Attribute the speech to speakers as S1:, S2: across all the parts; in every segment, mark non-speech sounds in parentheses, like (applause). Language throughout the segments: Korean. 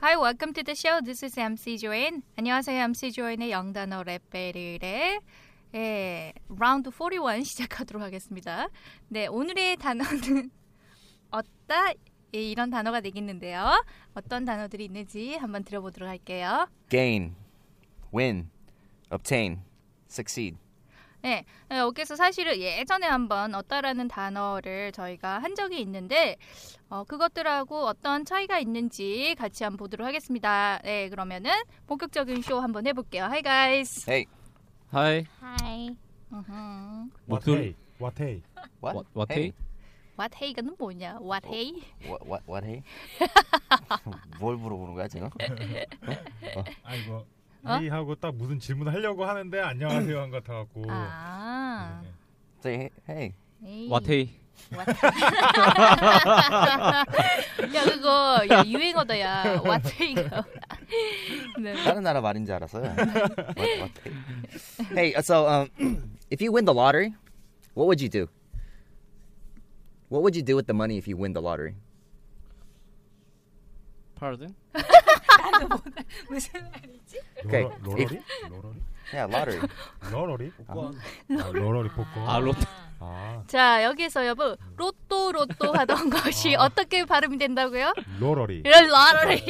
S1: Hi, welcome to the show. This is MC Joanne. 안녕하세요. MC Joanne의 영단어 랩벨의 예, 라운드 41 시작하도록 하겠습니다. 네, 오늘의 단어는 (laughs) 어따 예, 이런 단어가 되겠는데요. 어떤 단어들이 있는지 한번 들어보도록 할게요.
S2: gain, win, obtain, succeed.
S1: 네, 네, 여기서 사실은 예전에 한번 어따라는 단어를 저희가 한 적이 있는데 어, 그것들하고 어떤 차이가 있는지 같이 한번 보도록 하겠습니다. 네, 그러면은 본격적인 쇼 한번 해볼게요. Hi guys.
S2: Hey,
S3: 하이
S4: 하이
S1: 음흠.
S3: 목소리-
S5: 와테이 와테이
S2: what?
S3: 왓- 왓헤이?
S2: Hey.
S1: What hey가는 뭐냐? What hey?
S2: What? What? What? Hey. (laughs) 뭘 물어보는 거야 지금?
S5: 아이고
S1: 어?
S5: 이 하고 딱 무슨 질문 하려고 하는데 안녕하세요 한 것 같아갖고
S1: 어, 네. 아,
S5: 네.
S2: Say hey.
S1: 에이. (laughs)
S3: 와테이
S1: 네. What hey. 야 그거 야, 유행어다 야. What hey가. 네.
S2: 다른 나라 말인 줄 (laughs) 알았어요. what, what, hey. hey, uh, so um, (clears throat) if you win the lottery, what would you do? What would you do with the money if you win the lottery?
S3: 파르든
S1: 무슨 말이지?
S2: 오케이.
S5: 로러- 로러리? 로러리?
S2: Yeah, (laughs) lottery.
S5: 로러리? 복권? 아, 로러리 복권
S3: 아 로또
S5: 아,
S1: 자 여기서 여보 로또 로또 하던 (laughs) 것이 어떻게 어. 발음이 된다고요?
S5: 로러리
S1: 이런 러리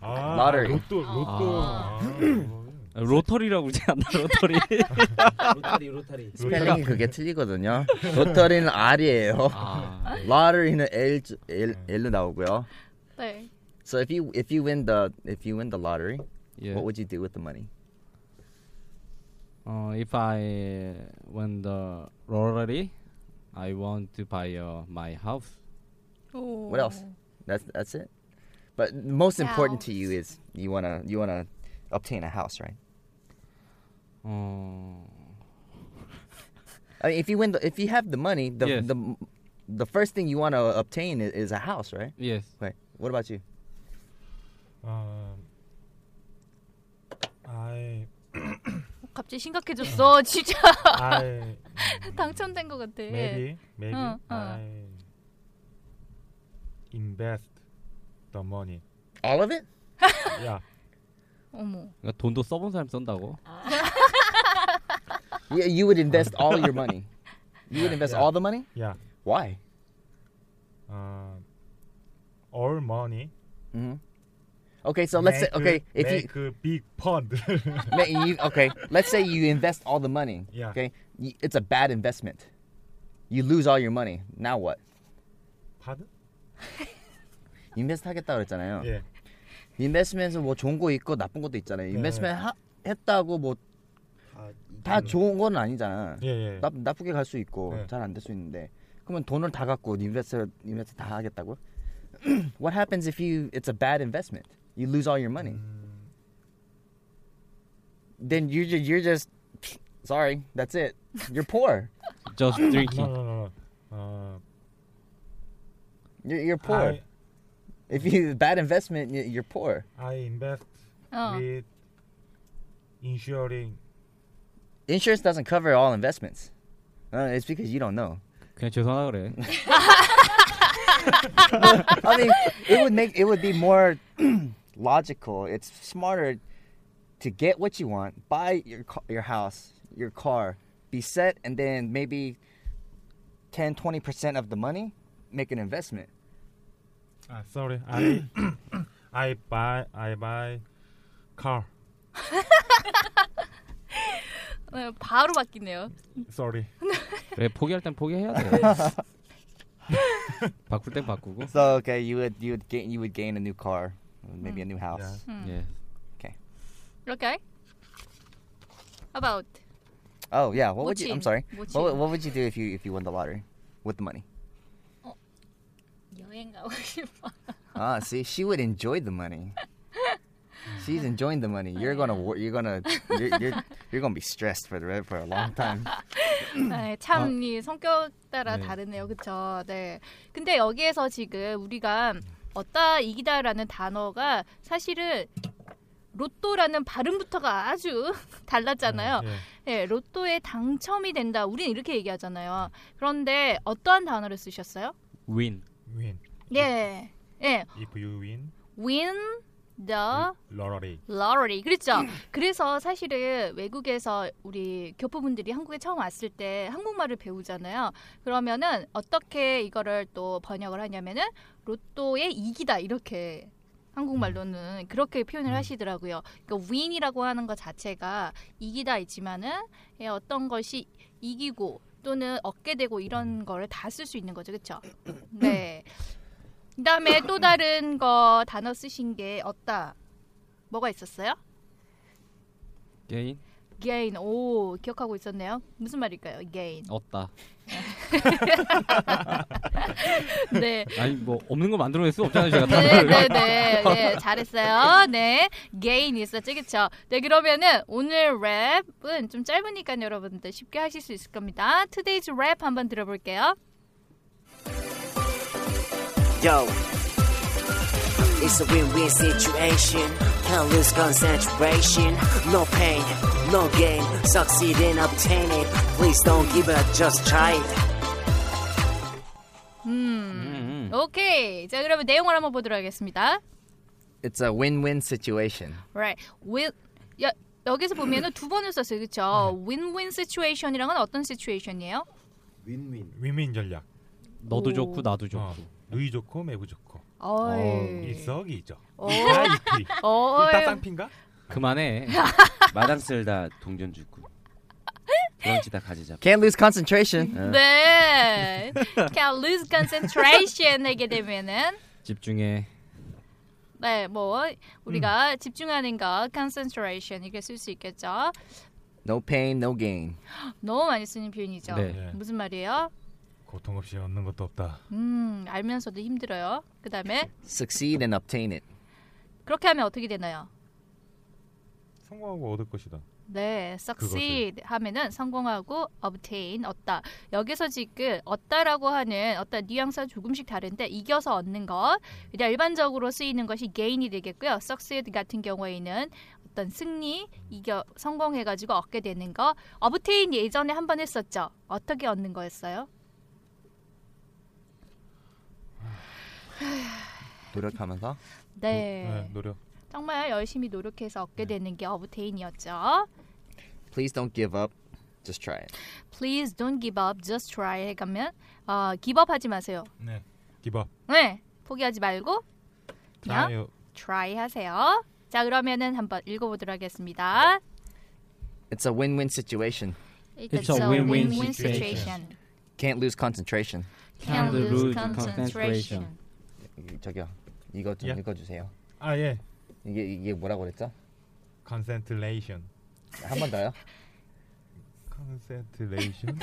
S5: 아,
S2: 러리.
S5: 로또 로또
S1: 아.
S5: 아, 로러리.
S3: (laughs) 로터리라고 그러지 않나 (laughs) 로터리
S6: 로타리 로타리
S2: 스펠링 그게 틀리거든요. 로터리는 R이에요. (laughs)
S3: 아
S2: lottery는 L, L, L로 나오고요.
S1: 네.
S2: So if you if you win the if you win the lottery,
S3: 예.
S2: what would you do with the money?
S3: 어, if I win the lottery, I want to buy uh, my house.
S1: 오.
S2: What else? That's that's it. But most important to
S1: House.
S2: you is you wanna you wanna obtain a house, right?
S3: 어,
S2: I mean, if you win the if you have the money, the
S3: Yes.
S2: the the first thing you wanna obtain is, is a house, right?
S3: yes.
S2: Wait, what about you?
S5: 아, 아이
S1: 갑자기 심각해졌어 (laughs) 진짜
S5: 아이
S1: 당첨된 것 같아.
S5: maybe maybe
S1: 어, 어.
S5: I invest the money
S2: All of it?
S5: 야
S1: 어머.
S3: 그러니까 돈도 써본 사람 쓴다고.
S2: Yeah, you would invest all your money. You would invest all the money?
S5: 야
S2: Why?
S5: 어, all money
S2: hmm Okay, so let's say
S5: make-
S2: okay if you
S5: make a big pond (laughs)
S2: Ma- you, okay, let's say you invest all the money.
S5: Yeah.
S2: Okay, Y- it's a bad investment. You lose all your money. Now what?
S5: 파드?
S2: 인베스트 하겠다 그랬잖아요.
S5: 예
S2: 인베스트에서 뭐 좋은 거 있고 나쁜 것도 있잖아요.
S5: 네.
S2: 인베스트ment 하, 했다고 뭐 다 좋은 건 아니잖아.
S5: 음. 예, 예.
S2: 나, 나쁘게 갈 수 있고
S5: 네.
S2: 잘 안 될 수 있는데 그러면 돈을 다 갖고 인베스트 인베스트 다 하겠다고? (clears throat) What happens if you it's a bad investment? You lose all your money.
S5: 음.
S2: Then you ju- you're just sorry. That's it. You're poor.
S3: Just
S5: No,
S3: drinking.
S5: no, no, no. 어,
S2: You're, you're poor.
S5: I,
S2: If you bad investment, y- you're poor.
S5: I invest
S1: 어.
S5: with insuring.
S2: Insurance doesn't cover all investments. Uh, it's because you don't know.
S3: 그냥 죄송하다 그래.
S2: I mean, it would make it would be more (clears throat) logical. It's smarter to get what you want, buy your ca- your house, your car, be set, and then maybe 10,
S5: (clears throat)
S2: 20 percent of the money make an investment.
S5: 아, sorry. I I buy I buy car.
S1: 어, 바로 바뀌네요.
S5: Sorry.
S3: 그래 포기할 땐 포기해야 돼. 바꿀 땐 바꾸고.
S2: So okay, you would you would gain you would gain a new car, maybe a new house.
S5: Yeah.
S3: 예.
S1: Okay. About
S2: Oh yeah, what would you? I'm
S1: Wochin.
S2: sorry. What, would-
S1: Wochin.
S2: what would you do if you if you won the lottery with the money? Oh,
S1: 여행
S2: (laughs)
S1: 가고 싶어.
S2: Ah, see, she would enjoy the money. She's enjoying the money. You're gonna wor- you're gonna you're you're, you're gonna be stressed for the re- for a long time.
S1: 네, 참, 이 성격 따라
S3: 네.
S1: 다르네요. 그쵸? 네. 근데 여기에서 지금 우리가 얻다, 이기다라는 단어가 사실은 로또라는 발음부터가 아주 (laughs) 달랐잖아요.
S5: 예.
S1: 네, 로또에 당첨이 된다. 우린 이렇게 얘기하잖아요. 그런데 어떠한 단어를 쓰셨어요?
S3: Win.
S5: Win.
S1: 예. 예.
S5: If you win
S1: win the
S5: lottery.
S1: lottery. 그렇죠. 그래서 사실은 외국에서 우리 교포분들이 한국에 처음 왔을 때 한국말을 배우잖아요. 그러면은 어떻게 이거를 또 번역을 하냐면은 로또에 이기다 이렇게 한국말로는 그렇게 표현을 하시더라고요. 그러니까 win이라고 하는 것 자체가 이기다 있지만은 예, 어떤 것이 이기고 또는 얻게 되고 이런 거를 다 쓸 수 있는 거죠. 그렇죠? 네. 그다음에 또 다른 거 단어 쓰신 게 얻다. 뭐가 있었어요?
S3: Gain.
S1: gain. 오, 기억하고 있었네요. 무슨 말일까요? (laughs) gain.
S3: 얻다.
S1: 네.
S3: 아니 뭐 없는 거 만들어낼 수 없잖아요 제가
S1: 네, 네,
S3: 단어를.
S1: 네, 네, 잘했어요. 네, gain 있었죠, 그렇죠? 네, 그러면은 오늘 랩은 좀 짧으니까 여러분들 쉽게 하실 수 있을 겁니다. Today's rap 한번 들어볼게요.
S4: Yo, it's a win-win situation. Can't lose concentration. No pain, no gain. Succeed in obtain it. Please don't give up, just try it.
S3: 음.
S1: 오케이. 자, 그러면 내용을 한번 보도록 하겠습니다.
S2: It's a win-win situation.
S1: Right. Win. 여, 여기서 보면은 두 번을 썼어요, 그렇죠? Win-win situation이란 건 어떤 situation이에요?
S6: 윈윈.
S5: 위민 전략.
S3: 너도
S1: 오.
S3: 좋고 나도 좋고.
S5: 어. 누이 좋고 매부 좋고.
S1: 어이.
S5: 일석이조.
S1: 어.
S5: 이다이피.
S1: 예. 어이.
S5: 일다쌍피인가?
S3: 그만해.
S6: 마당 쓸다 동전 죽고. 브런치 다 가지자.
S2: Can't lose (laughs) concentration. Uh,
S1: 네. Can lose concentration 하게 되면은
S3: 집중해.
S1: 네, 뭐 우리가 집중하는 거 concentration 이렇게 쓸 수 있겠죠.
S2: No pain, no gain.
S1: 너무 많이 쓰는 표현이죠.
S3: 네.
S5: 예.
S1: 무슨 말이에요?
S5: 고통 없이 얻는 것도 없다.
S1: 음, 알면서도 힘들어요. 그다음에
S2: Succeed and obtain it.
S1: 그렇게 하면 어떻게 되나요?
S5: 성공하고 얻을 것이다.
S1: 네, succeed 하면은 성공하고 obtain 얻다. 여기서 지금 얻다라고 하는 어떤 뉘앙스가 조금씩 다른데 이겨서 얻는 것. 그냥 일반적으로 쓰이는 것이 gain이 되겠고요. succeed 같은 경우에는 어떤 승리, 이겨 성공해 가지고 얻게 되는 거. obtain 예전에 한 번 했었죠. 어떻게 얻는 거였어요?
S2: 노력하면서.
S1: 네.
S5: 노력.
S1: 정말 열심히 노력해서 얻게 되는 게 obtain이었죠.
S2: Please don't give up. Just try it.
S1: Please don't give up, just try 해 가면 어, give up 하지 마세요.
S5: 네. 기밥.
S1: 네, 포기하지 말고 그냥
S5: 자요.
S1: try 하세요. 자, 그러면은 한번 읽어보도록 하겠습니다.
S2: It's a win-win situation.
S3: It's a win-win
S5: situation.
S2: Can't lose concentration.
S1: Can't lose concentration.
S3: concentration.
S2: 저기요. 이거 좀
S5: 예.
S2: 읽어주세요.
S5: 아 예.
S2: 이게 이게 뭐라고 그랬죠?
S5: Concentration.
S2: 한 번
S6: (laughs)
S2: 더요.
S5: Concentration.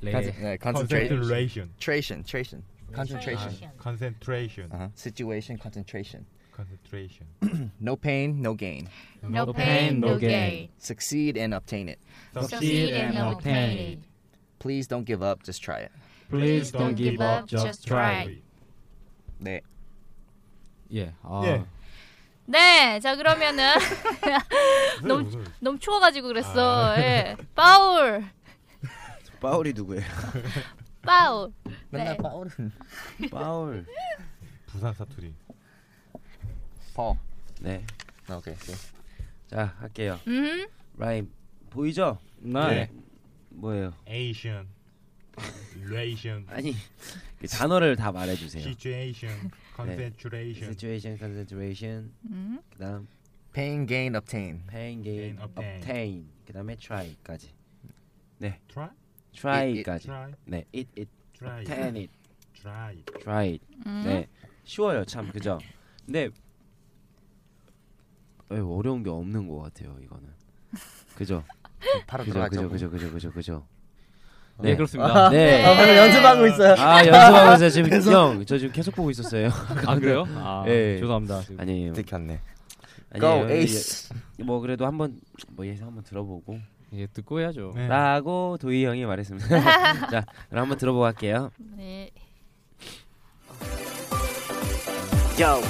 S3: 레.
S2: Conce- 네, concentration.
S5: Concentration. 아,
S2: Concentration. Concentration. Concentration.
S6: 아.
S5: Concentration.
S2: Uh-huh. Situation. Concentration.
S5: Concentration.
S2: No pain, no gain.
S1: No pain, no gain.
S2: Succeed and obtain it.
S1: Succeed and obtain.
S2: Please don't give up. Just try it.
S1: Please don't give up, just try.
S2: 네.
S3: 예. 아.
S5: 예.
S1: 네, 자 그러면은 (laughs) 너무-
S5: 너무
S1: 너무 추워가지고 그랬어. 예. 파울,
S6: 파울이 (laughs) 누구예요?
S1: 파울.
S2: 맨날
S1: 네.
S2: 빠오른.
S6: 파울.
S5: 부산 사투리.
S2: Paul.
S6: 네.
S2: Okay. See.
S6: 자 할게요.
S1: 음,
S6: 라임 보이죠?
S3: 네.
S6: 뭐예요?
S5: Asian. Ration.
S6: 아, 아니 그 단어를 다 말해주세요.
S5: Situation. concentration.
S6: situation, concentration.
S1: 음.
S6: 그다음
S2: Pain, gain, obtain.
S6: pain, gain,
S5: Gain, obtain.
S6: obtain. 그다음에 try까지.
S5: try
S6: try까지.
S5: try
S6: 네, it, it,
S5: try
S6: obtain it,
S5: try
S6: try it.
S1: 음.
S6: 네, 쉬워요 참 그죠. 근데 에, 어려운 게 없는 것 같아요 이거는. (laughs) 그죠.
S2: 바로
S6: 그죠, 그죠,
S2: 들어가죠.
S6: 그죠, 그죠, 그죠, 그죠.
S3: 네, 그렇습니다.
S6: 네.
S2: 아, 방금 연습하고 있어요.
S6: 아 연습하고 있어요
S3: (laughs)
S6: 지금 형. 저 지금 계속 보고 있었어요.
S3: 아 그래요? 아
S6: 예.
S3: 죄송합니다.
S6: (laughs)
S3: 지금.
S6: 아니에요.
S2: 들켰네.
S6: 아니에요.
S2: Go Ace.
S6: 예, 뭐 그래도 한번 뭐 예상 한번 들어보고.
S3: 예, 듣고 해야죠.
S5: 네.
S6: 라고 도희 형이 말했습니다. (laughs) 자, 그럼 한번 들어보고 갈게요.
S1: 네.
S4: Yo,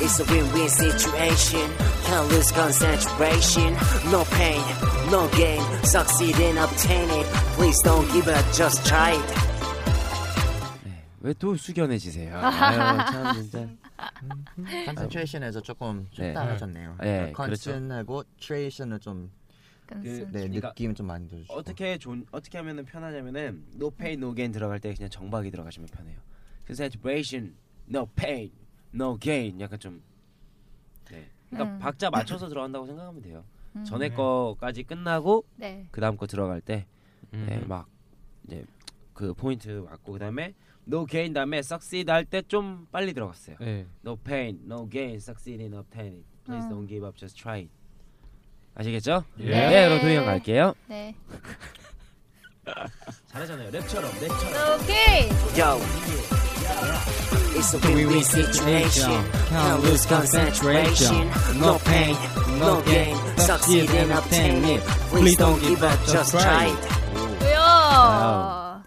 S4: it's a win-win situation. Can't lose concentration. No pain, no gain. Succeed and obtain it. Please don't give up, just try it.
S6: 왜 또 숙연해지세요? 아유, 참 진짜.
S2: 컨센트레이션에서 조금
S6: 네.
S2: 좀 따라졌네요.
S6: 네, 그렇죠.
S2: 컨센트하고 트레이션을 좀
S1: 그,
S2: 네,
S6: 그러니까
S2: 느낌 좀 많이 들어주시고.
S6: 어떻게 존 어떻게 하면은 편하냐면은 no pain no gain 들어갈 때 그냥 정박이 들어가시면 편해요. concentration, no pain, no gain 약간 좀 네. 그러니까
S1: 음.
S6: 박자 맞춰서 들어간다고 생각하면 돼요.
S1: 음.
S6: 전에
S5: 네.
S6: 거까지 끝나고
S1: 네.
S6: 그 다음 거 들어갈 때
S3: 음.
S6: 네, 막 이제 그 포인트 맞고 그다음에 no gain 다음에 succeed 할 때 좀 빨리 들어갔어요.
S3: 예.
S6: No pain, no gain, succeed in obtaining. Please
S1: 음.
S6: don't give up, just try it. 아시겠죠?
S3: 예.
S6: 네, 그럼 도희 형 갈게요.
S1: 네.
S6: 잘하잖아요. 랩처럼, 랩처럼.
S1: 오케이.
S4: Yo, it's a win-win situation. Can't lose concentration. No pain, no gain. Succeed and obtain it. Please don't give up, just try it.
S1: 뭐야?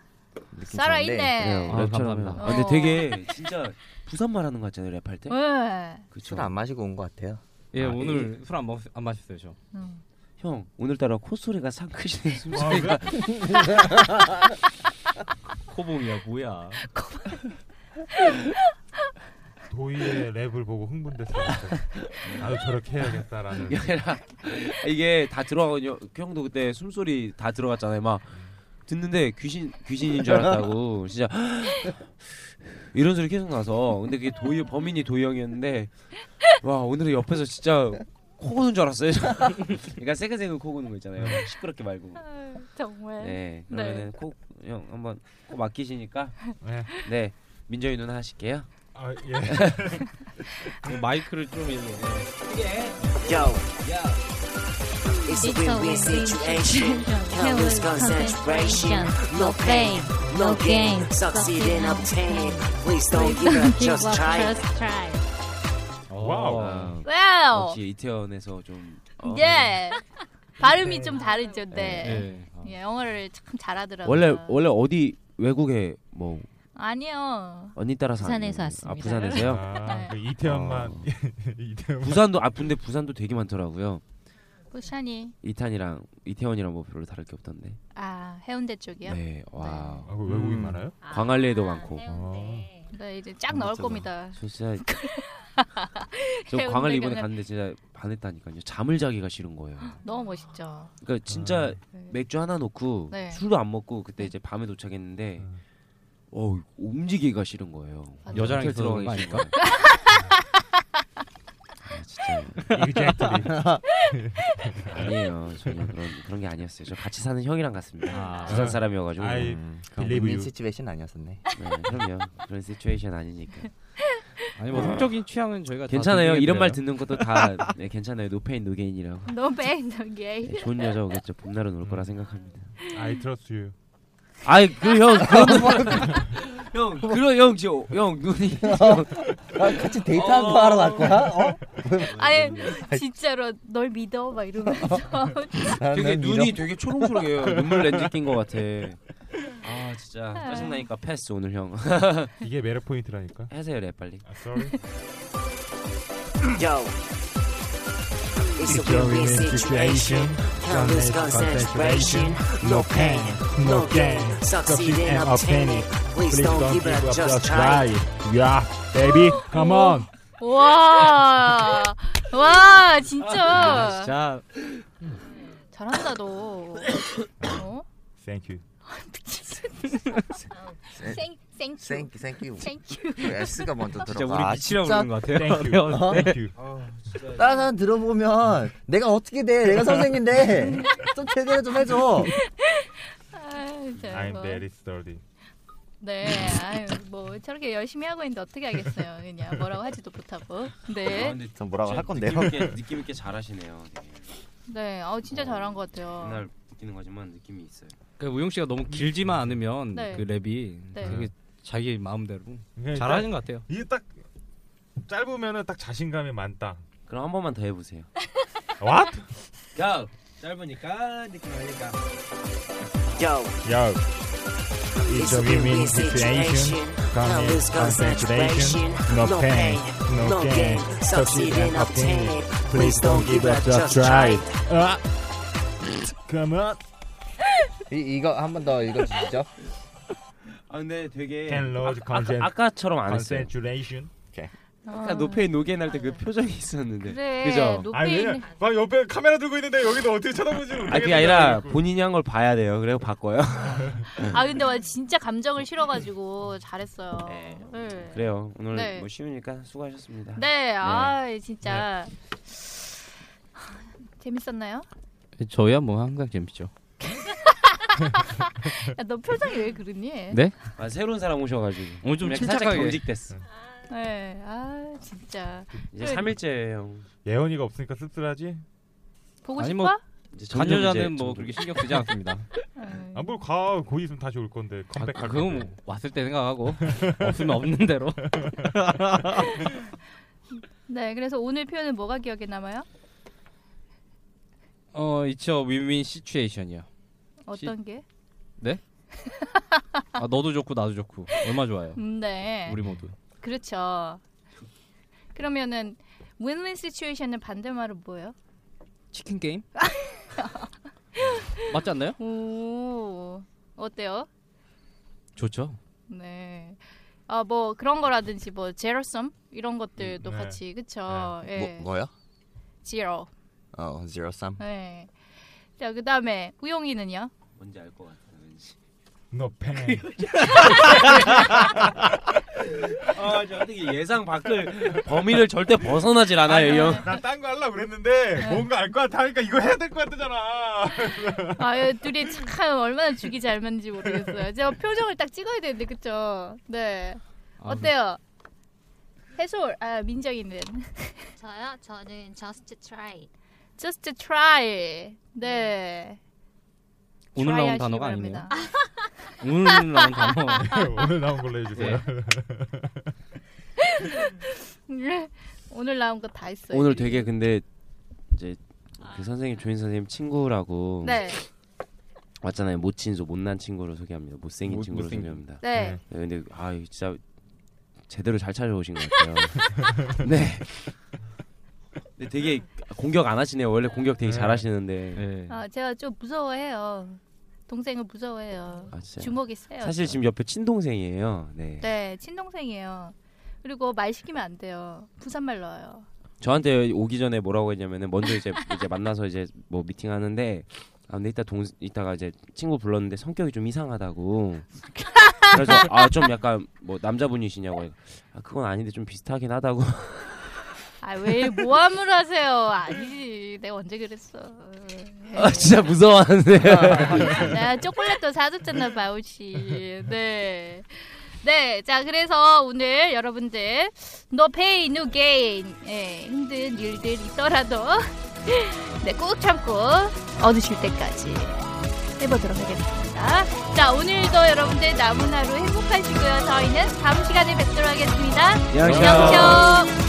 S2: 느낌
S1: 살아
S2: 좋은데.
S1: 있네.
S3: 아,
S6: 랩처럼.
S3: 감사합니다.
S6: 아, 근데 되게 진짜 부산 말하는 거 같잖아요, 랩할 때.
S1: 네.
S6: 그쵸.
S2: 술안 마시고 온 것 같아요.
S3: 예,
S6: 아,
S3: 오늘 술 안 마셨, 안 마셨어요, 저.
S1: 음.
S6: 형, 오늘따라 콧소리가 상크시네,
S5: 아,
S6: 숨소리.
S5: 그래?
S3: 코봉이야, 뭐야?
S5: 도희의 랩을 보고 흥분됐어요. 나도 저렇게 해야겠다라는.
S6: (laughs) 이게 아니라 이게 다 들어가거든요. 그 형도 그때 숨소리 다 들어갔잖아요. 막 듣는데 귀신 귀신인 줄 (laughs) 알았다고 진짜 이런 소리 계속 나서 근데 그게 도희 범인이 도희 형이었는데 와 오늘은 옆에서 진짜 코 고는 줄 알았어요. (laughs) 그러니까 새근새근 코 고는 거 있잖아요. 시끄럽게 말고.
S1: 정말.
S6: 네
S1: 네.
S6: 그러면은 코 형 한번 코 맡기시니까
S5: 네.
S6: 네 민정이 누나 하실게요.
S5: 아 예.
S3: 마이크를 좀 이렇게.
S4: Yo, it's a win-win situation. Can't lose concentration. No pain, no gain. Succeed and obtain it. Please don't give up, just try it.
S5: 와우.
S6: 아,
S1: 와우.
S6: 역시 이태원에서 좀 어,
S1: 예. 발음이 좀 다르죠. 네.
S3: 예. 아,
S1: 예, 영어를 참 잘하더라고요.
S6: 원래 원래 어디 외국에 뭐
S1: 아니요.
S6: 언니 따라서
S7: 부산에서
S6: 안-
S7: 왔습니다.
S6: 아 부산에서요?
S5: 아, 그 이태원만
S4: 어.
S5: (laughs) 이태원.
S6: 부산도 아 근데 부산도 되게 많더라고요.
S1: 부산이
S6: 이탄이랑 이태원이랑 뭐 별로 다를 게 없던데.
S1: 아 해운대 쪽이요.
S6: 네, 와.
S5: 아, 그 외국인
S2: 음.
S5: 많아요? 어.
S6: 광안리에도 많고.
S5: 아, 해운대.
S1: 네, 이제 쫙 넣을 겁니다.
S6: 저 진짜 저
S1: 해운대
S6: 광안리 이번에
S1: 경은-
S6: 갔는데 진짜 반했다니까요. 잠을 자기가 싫은 거예요.
S1: 너무 멋있죠.
S6: 그러니까 진짜
S1: 네.
S6: 맥주 하나 놓고
S1: 네.
S6: 술도 안 먹고 그때 이제 밤에 도착했는데
S5: 음.
S6: 어 움직이기가 싫은 거예요.
S1: 맞아.
S3: 여자랑
S6: 호텔
S3: 있어서 그런 거
S6: 싫은
S3: 아닐까?
S6: 거예요. 아, 진짜
S5: Exactly.
S6: 아니에요. 전혀 그런 그런 게 아니었어요. 저 같이 사는 형이랑 같습니다.
S3: 아.
S6: 부산 사람이어가지고.
S5: 아이,
S2: 음,
S5: believe
S2: 윈윈
S5: you.
S2: 시츄에이션 아니었었네.
S6: 네, 그럼요. 그런 시츄에이션 아니니까.
S3: 아니 뭐 성적인 취향은 저희가 다
S6: 괜찮아요. 이런 말 듣는
S3: 존중해드려요.
S6: 것도 다 네, 괜찮아요. 노페인 노게인이라고.
S1: 너무 뺑 너게.
S6: 네, 좋은 여자 오겠죠. 봄날은 올 거라 생각합니다.
S5: I trust you.
S6: 아이 그형 (laughs) 그런 형 그런 형 지금 형 눈이
S2: 아, 같이 데이트한 거 하러 갈 거야? (laughs) 어?
S1: 아니 예. 진짜로 널 믿어 막 이러면서 (laughs)
S6: 되게
S2: 나는
S6: 눈이
S2: 이런-
S6: 되게 초롱초롱해요. 눈물 렌즈 낀 것 같아. 아 진짜 짜증 나니까 패스 오늘 형 (laughs)
S5: 이게 매력 포인트라니까.
S6: 하세요 랩 빨리.
S5: 아,
S4: (laughs)
S5: sorry.
S4: Yo, it's a win-win situation. Can't lose concentration. No pain, no gain. Succeed and obtain it. Please don't give up, just try.
S5: Yeah, baby, come on.
S1: 와. 와
S3: 아,
S1: 진짜
S3: 진짜
S1: 잘한다 너. 어?
S5: Thank you.
S1: 생 thank you.
S2: thank you, thank you. 그
S1: thank you.
S2: S가 먼저 들어가.
S3: 진짜 우리
S2: 아,
S3: 미치라고
S2: 진짜 어?
S3: 그러는 네. 것 같아요. 어, (laughs)
S5: 땡큐.
S3: 배웠을 때.
S5: 땡큐.
S2: (laughs) 다른 사람 들어보면 내가 어떻게 돼? 내가
S3: (laughs)
S2: 선생인데 좀 제대로 좀 해줘.
S1: 아유, 저
S5: I'm
S1: 뭐.
S5: very sorry.
S1: 네, 아유, 뭐 저렇게 열심히 하고 있는데 어떻게 하겠어요. 그냥 뭐라고 하지도 못하고.
S6: 아,
S1: 네,
S6: 근데
S2: 전 뭐라고
S6: 진짜
S2: 할 건데요.
S6: 느낌 있게, 느낌 있게 잘하시네요. 되게.
S1: 네, 어 진짜 잘한 것 같아요.
S6: 맨날 느끼는 거지만 느낌이 있어요.
S3: 그 우영 씨가 너무 길지만 않으면
S1: 네.
S3: 그 랩이
S1: 네.
S3: 되게 자기 마음대로
S5: 그냥
S3: 잘하는 것 같아요.
S5: 딱- 그러니까 이게 딱 짧으면은 딱 자신감이 많다.
S6: 그럼 한 번만 더 해보세요.
S5: What?
S6: 야 짧으니까 느낌 아니까.
S4: Yo,
S5: 야,
S4: it's a win-win situation. Can't lose concentration. No pain, no gain. Succeed and obtain it. Please don't give up, just try it.
S5: 아, come on.
S2: 이, 이거 한 번 더 읽어주시죠.
S6: 아 근데 되게
S5: Can lose
S6: 아까,
S5: concent-
S6: 아까, 아까처럼 안 했어요.
S5: Concentration.
S6: 아까 노페인 노게인 할 때 그 표정이 있었는데.
S1: 어, 그래,
S6: 그죠?
S5: 아 왜?
S1: 노페인.
S5: 막 옆에 카메라 들고 있는데 여기도 어떻게 쳐다보지?
S6: 아 그게 아니라 본인이 한 걸 봐야 돼요. 그래서 바꿔요.
S1: 아 근데 와 진짜 감정을 실어가지고 잘했어요.
S6: 네.
S1: 네.
S6: 그래요. 오늘
S1: 네.
S6: 뭐 쉬우니까 수고하셨습니다.
S1: 네, 아 진짜 재밌었나요?
S3: 저야 뭐 항상 재밌죠.
S1: 야, 아, 너 표정이 왜 그러니?
S3: 네?
S6: 아 새로운 사람 오셔가지고.
S3: 오늘 좀
S6: 약간 살짝
S3: 침착하게.
S6: 경직됐어.
S1: 네, 아 진짜
S6: 이제
S1: 네.
S6: 3일째 형.
S5: 예원이가 없으니까 씁쓸하지?
S1: 보고
S3: 아니,
S1: 싶어?
S3: 뭐-
S6: 이제 점점 이제
S3: (laughs) 관여자는 뭐
S6: 점점-
S3: 그렇게 신경 쓰지 (laughs) 않습니다.
S1: 네.
S5: 아뭘가 곧 있으면 다시 올 건데
S3: 아,
S5: 컴백할
S3: 그건
S5: 건데.
S3: 뭐 왔을 때 생각하고 없으면 없는 대로.
S1: 네, 그래서 오늘 표현은 뭐가 기억에 남아요?
S3: (laughs) 어, 이처 윈윈 시츄에이션이야.
S1: 어떤 게?
S3: 아, 너도 좋고 나도 좋고 얼마 좋아요.
S1: 음, 네,
S3: 우리 모두.
S1: 그렇죠. 그러면은 윈윈 시츄에이션은 반대말은 뭐예요? (laughs)
S3: 치킨 게임? 맞지 않나요?
S1: 오, 어때요?
S3: 좋죠.
S1: 네. 아, 뭐 그런 거라든지 뭐 제로섬 이런 것들도
S5: 음, 네.
S1: 같이 그쵸? 예.
S3: 네.
S2: 뭐야?
S1: 제로.
S2: 어, zero sum.
S1: 네. 자, 그다음에 우용이는요?
S6: 뭔지 알 것 같아. 왠지.
S5: 너 팬.
S6: 아저 어떻게 예상 밖을 범위를 절대 벗어나질 않아요 네. 이 형.
S5: 나딴 거 하려고 그랬는데 뭔가 알 것 같아 하니까 이거 해야 될 것 같잖아.
S1: 아유, 둘이 참 얼마나 죽이 잘 맞는지 모르겠어요. 제가 표정을 딱 찍어야 되는데 그쵸? 네.
S3: 아,
S1: 어때요? 해솔, 아 민정이는 (laughs)
S7: 저요? 저는 just try.
S1: just try. 네.
S3: 오늘
S1: try
S3: 나온
S1: 하시기
S3: 단어가
S1: 바랍니다.
S3: 아니네요. 음, 오늘 나온 단어.
S5: (laughs)
S1: (laughs)
S5: 오늘 나온 걸로 해주세요.
S3: 네.
S1: 아, 네. 오늘 나온 거 다 있어요.
S6: 오늘 되게 근데 이제 그 선생님 조인 선생님 친구라고
S1: 아. 네,
S6: 왔잖아요. 못친소 못난 친구로 소개합니다. 못생긴
S3: 못-
S6: 친구로
S3: 못생긴.
S6: 소개합니다.
S1: 네.
S6: 네, 근데 아 이거 진짜 제대로 잘 찾아오신 것 같아요. (laughs) 네. 근데 되게 공격 안 하시네요. 원래 공격 되게
S5: 네.
S6: 잘하시는데.
S3: 예.
S1: 아 제가 좀 무서워해요. 동생을 무서워해요.
S6: 아 진짜.
S1: 주먹이 세요.
S6: 사실 지금 옆에 친동생이에요. 네.
S1: 네, 친동생이에요. 그리고 말 시키면 안 돼요. 부산말 넣어요.
S6: 저한테 오기 전에 뭐라고 했냐면은 먼저 이제 (laughs) 이제 만나서 이제 뭐 미팅 하는데 아 근데 이따 동 이따가 이제 친구 불렀는데 성격이 좀 이상하다고. 그래서 아 좀 약간 뭐 남자분이시냐고. 해서 아 그건 아닌데 좀 비슷하긴 하다고. (laughs)
S1: 아왜 뭐 모함을 하세요? 아니지. 내가 언제 그랬어?
S6: 아 진짜 무서워하는데.
S1: 나 네, 초콜릿도 사줬잖아, 바우 씨. 네. 네, 자 그래서 오늘 여러분들 no pain no gain 예, 힘든 일들 있더라도 네 꾹 참고 얻으실 때까지 해보도록 하겠습니다. 자 오늘도 여러분들 남은 하루 행복하시고요. 저희는 다음 시간에 뵙도록 하겠습니다.
S6: 안녕.
S1: 안녕.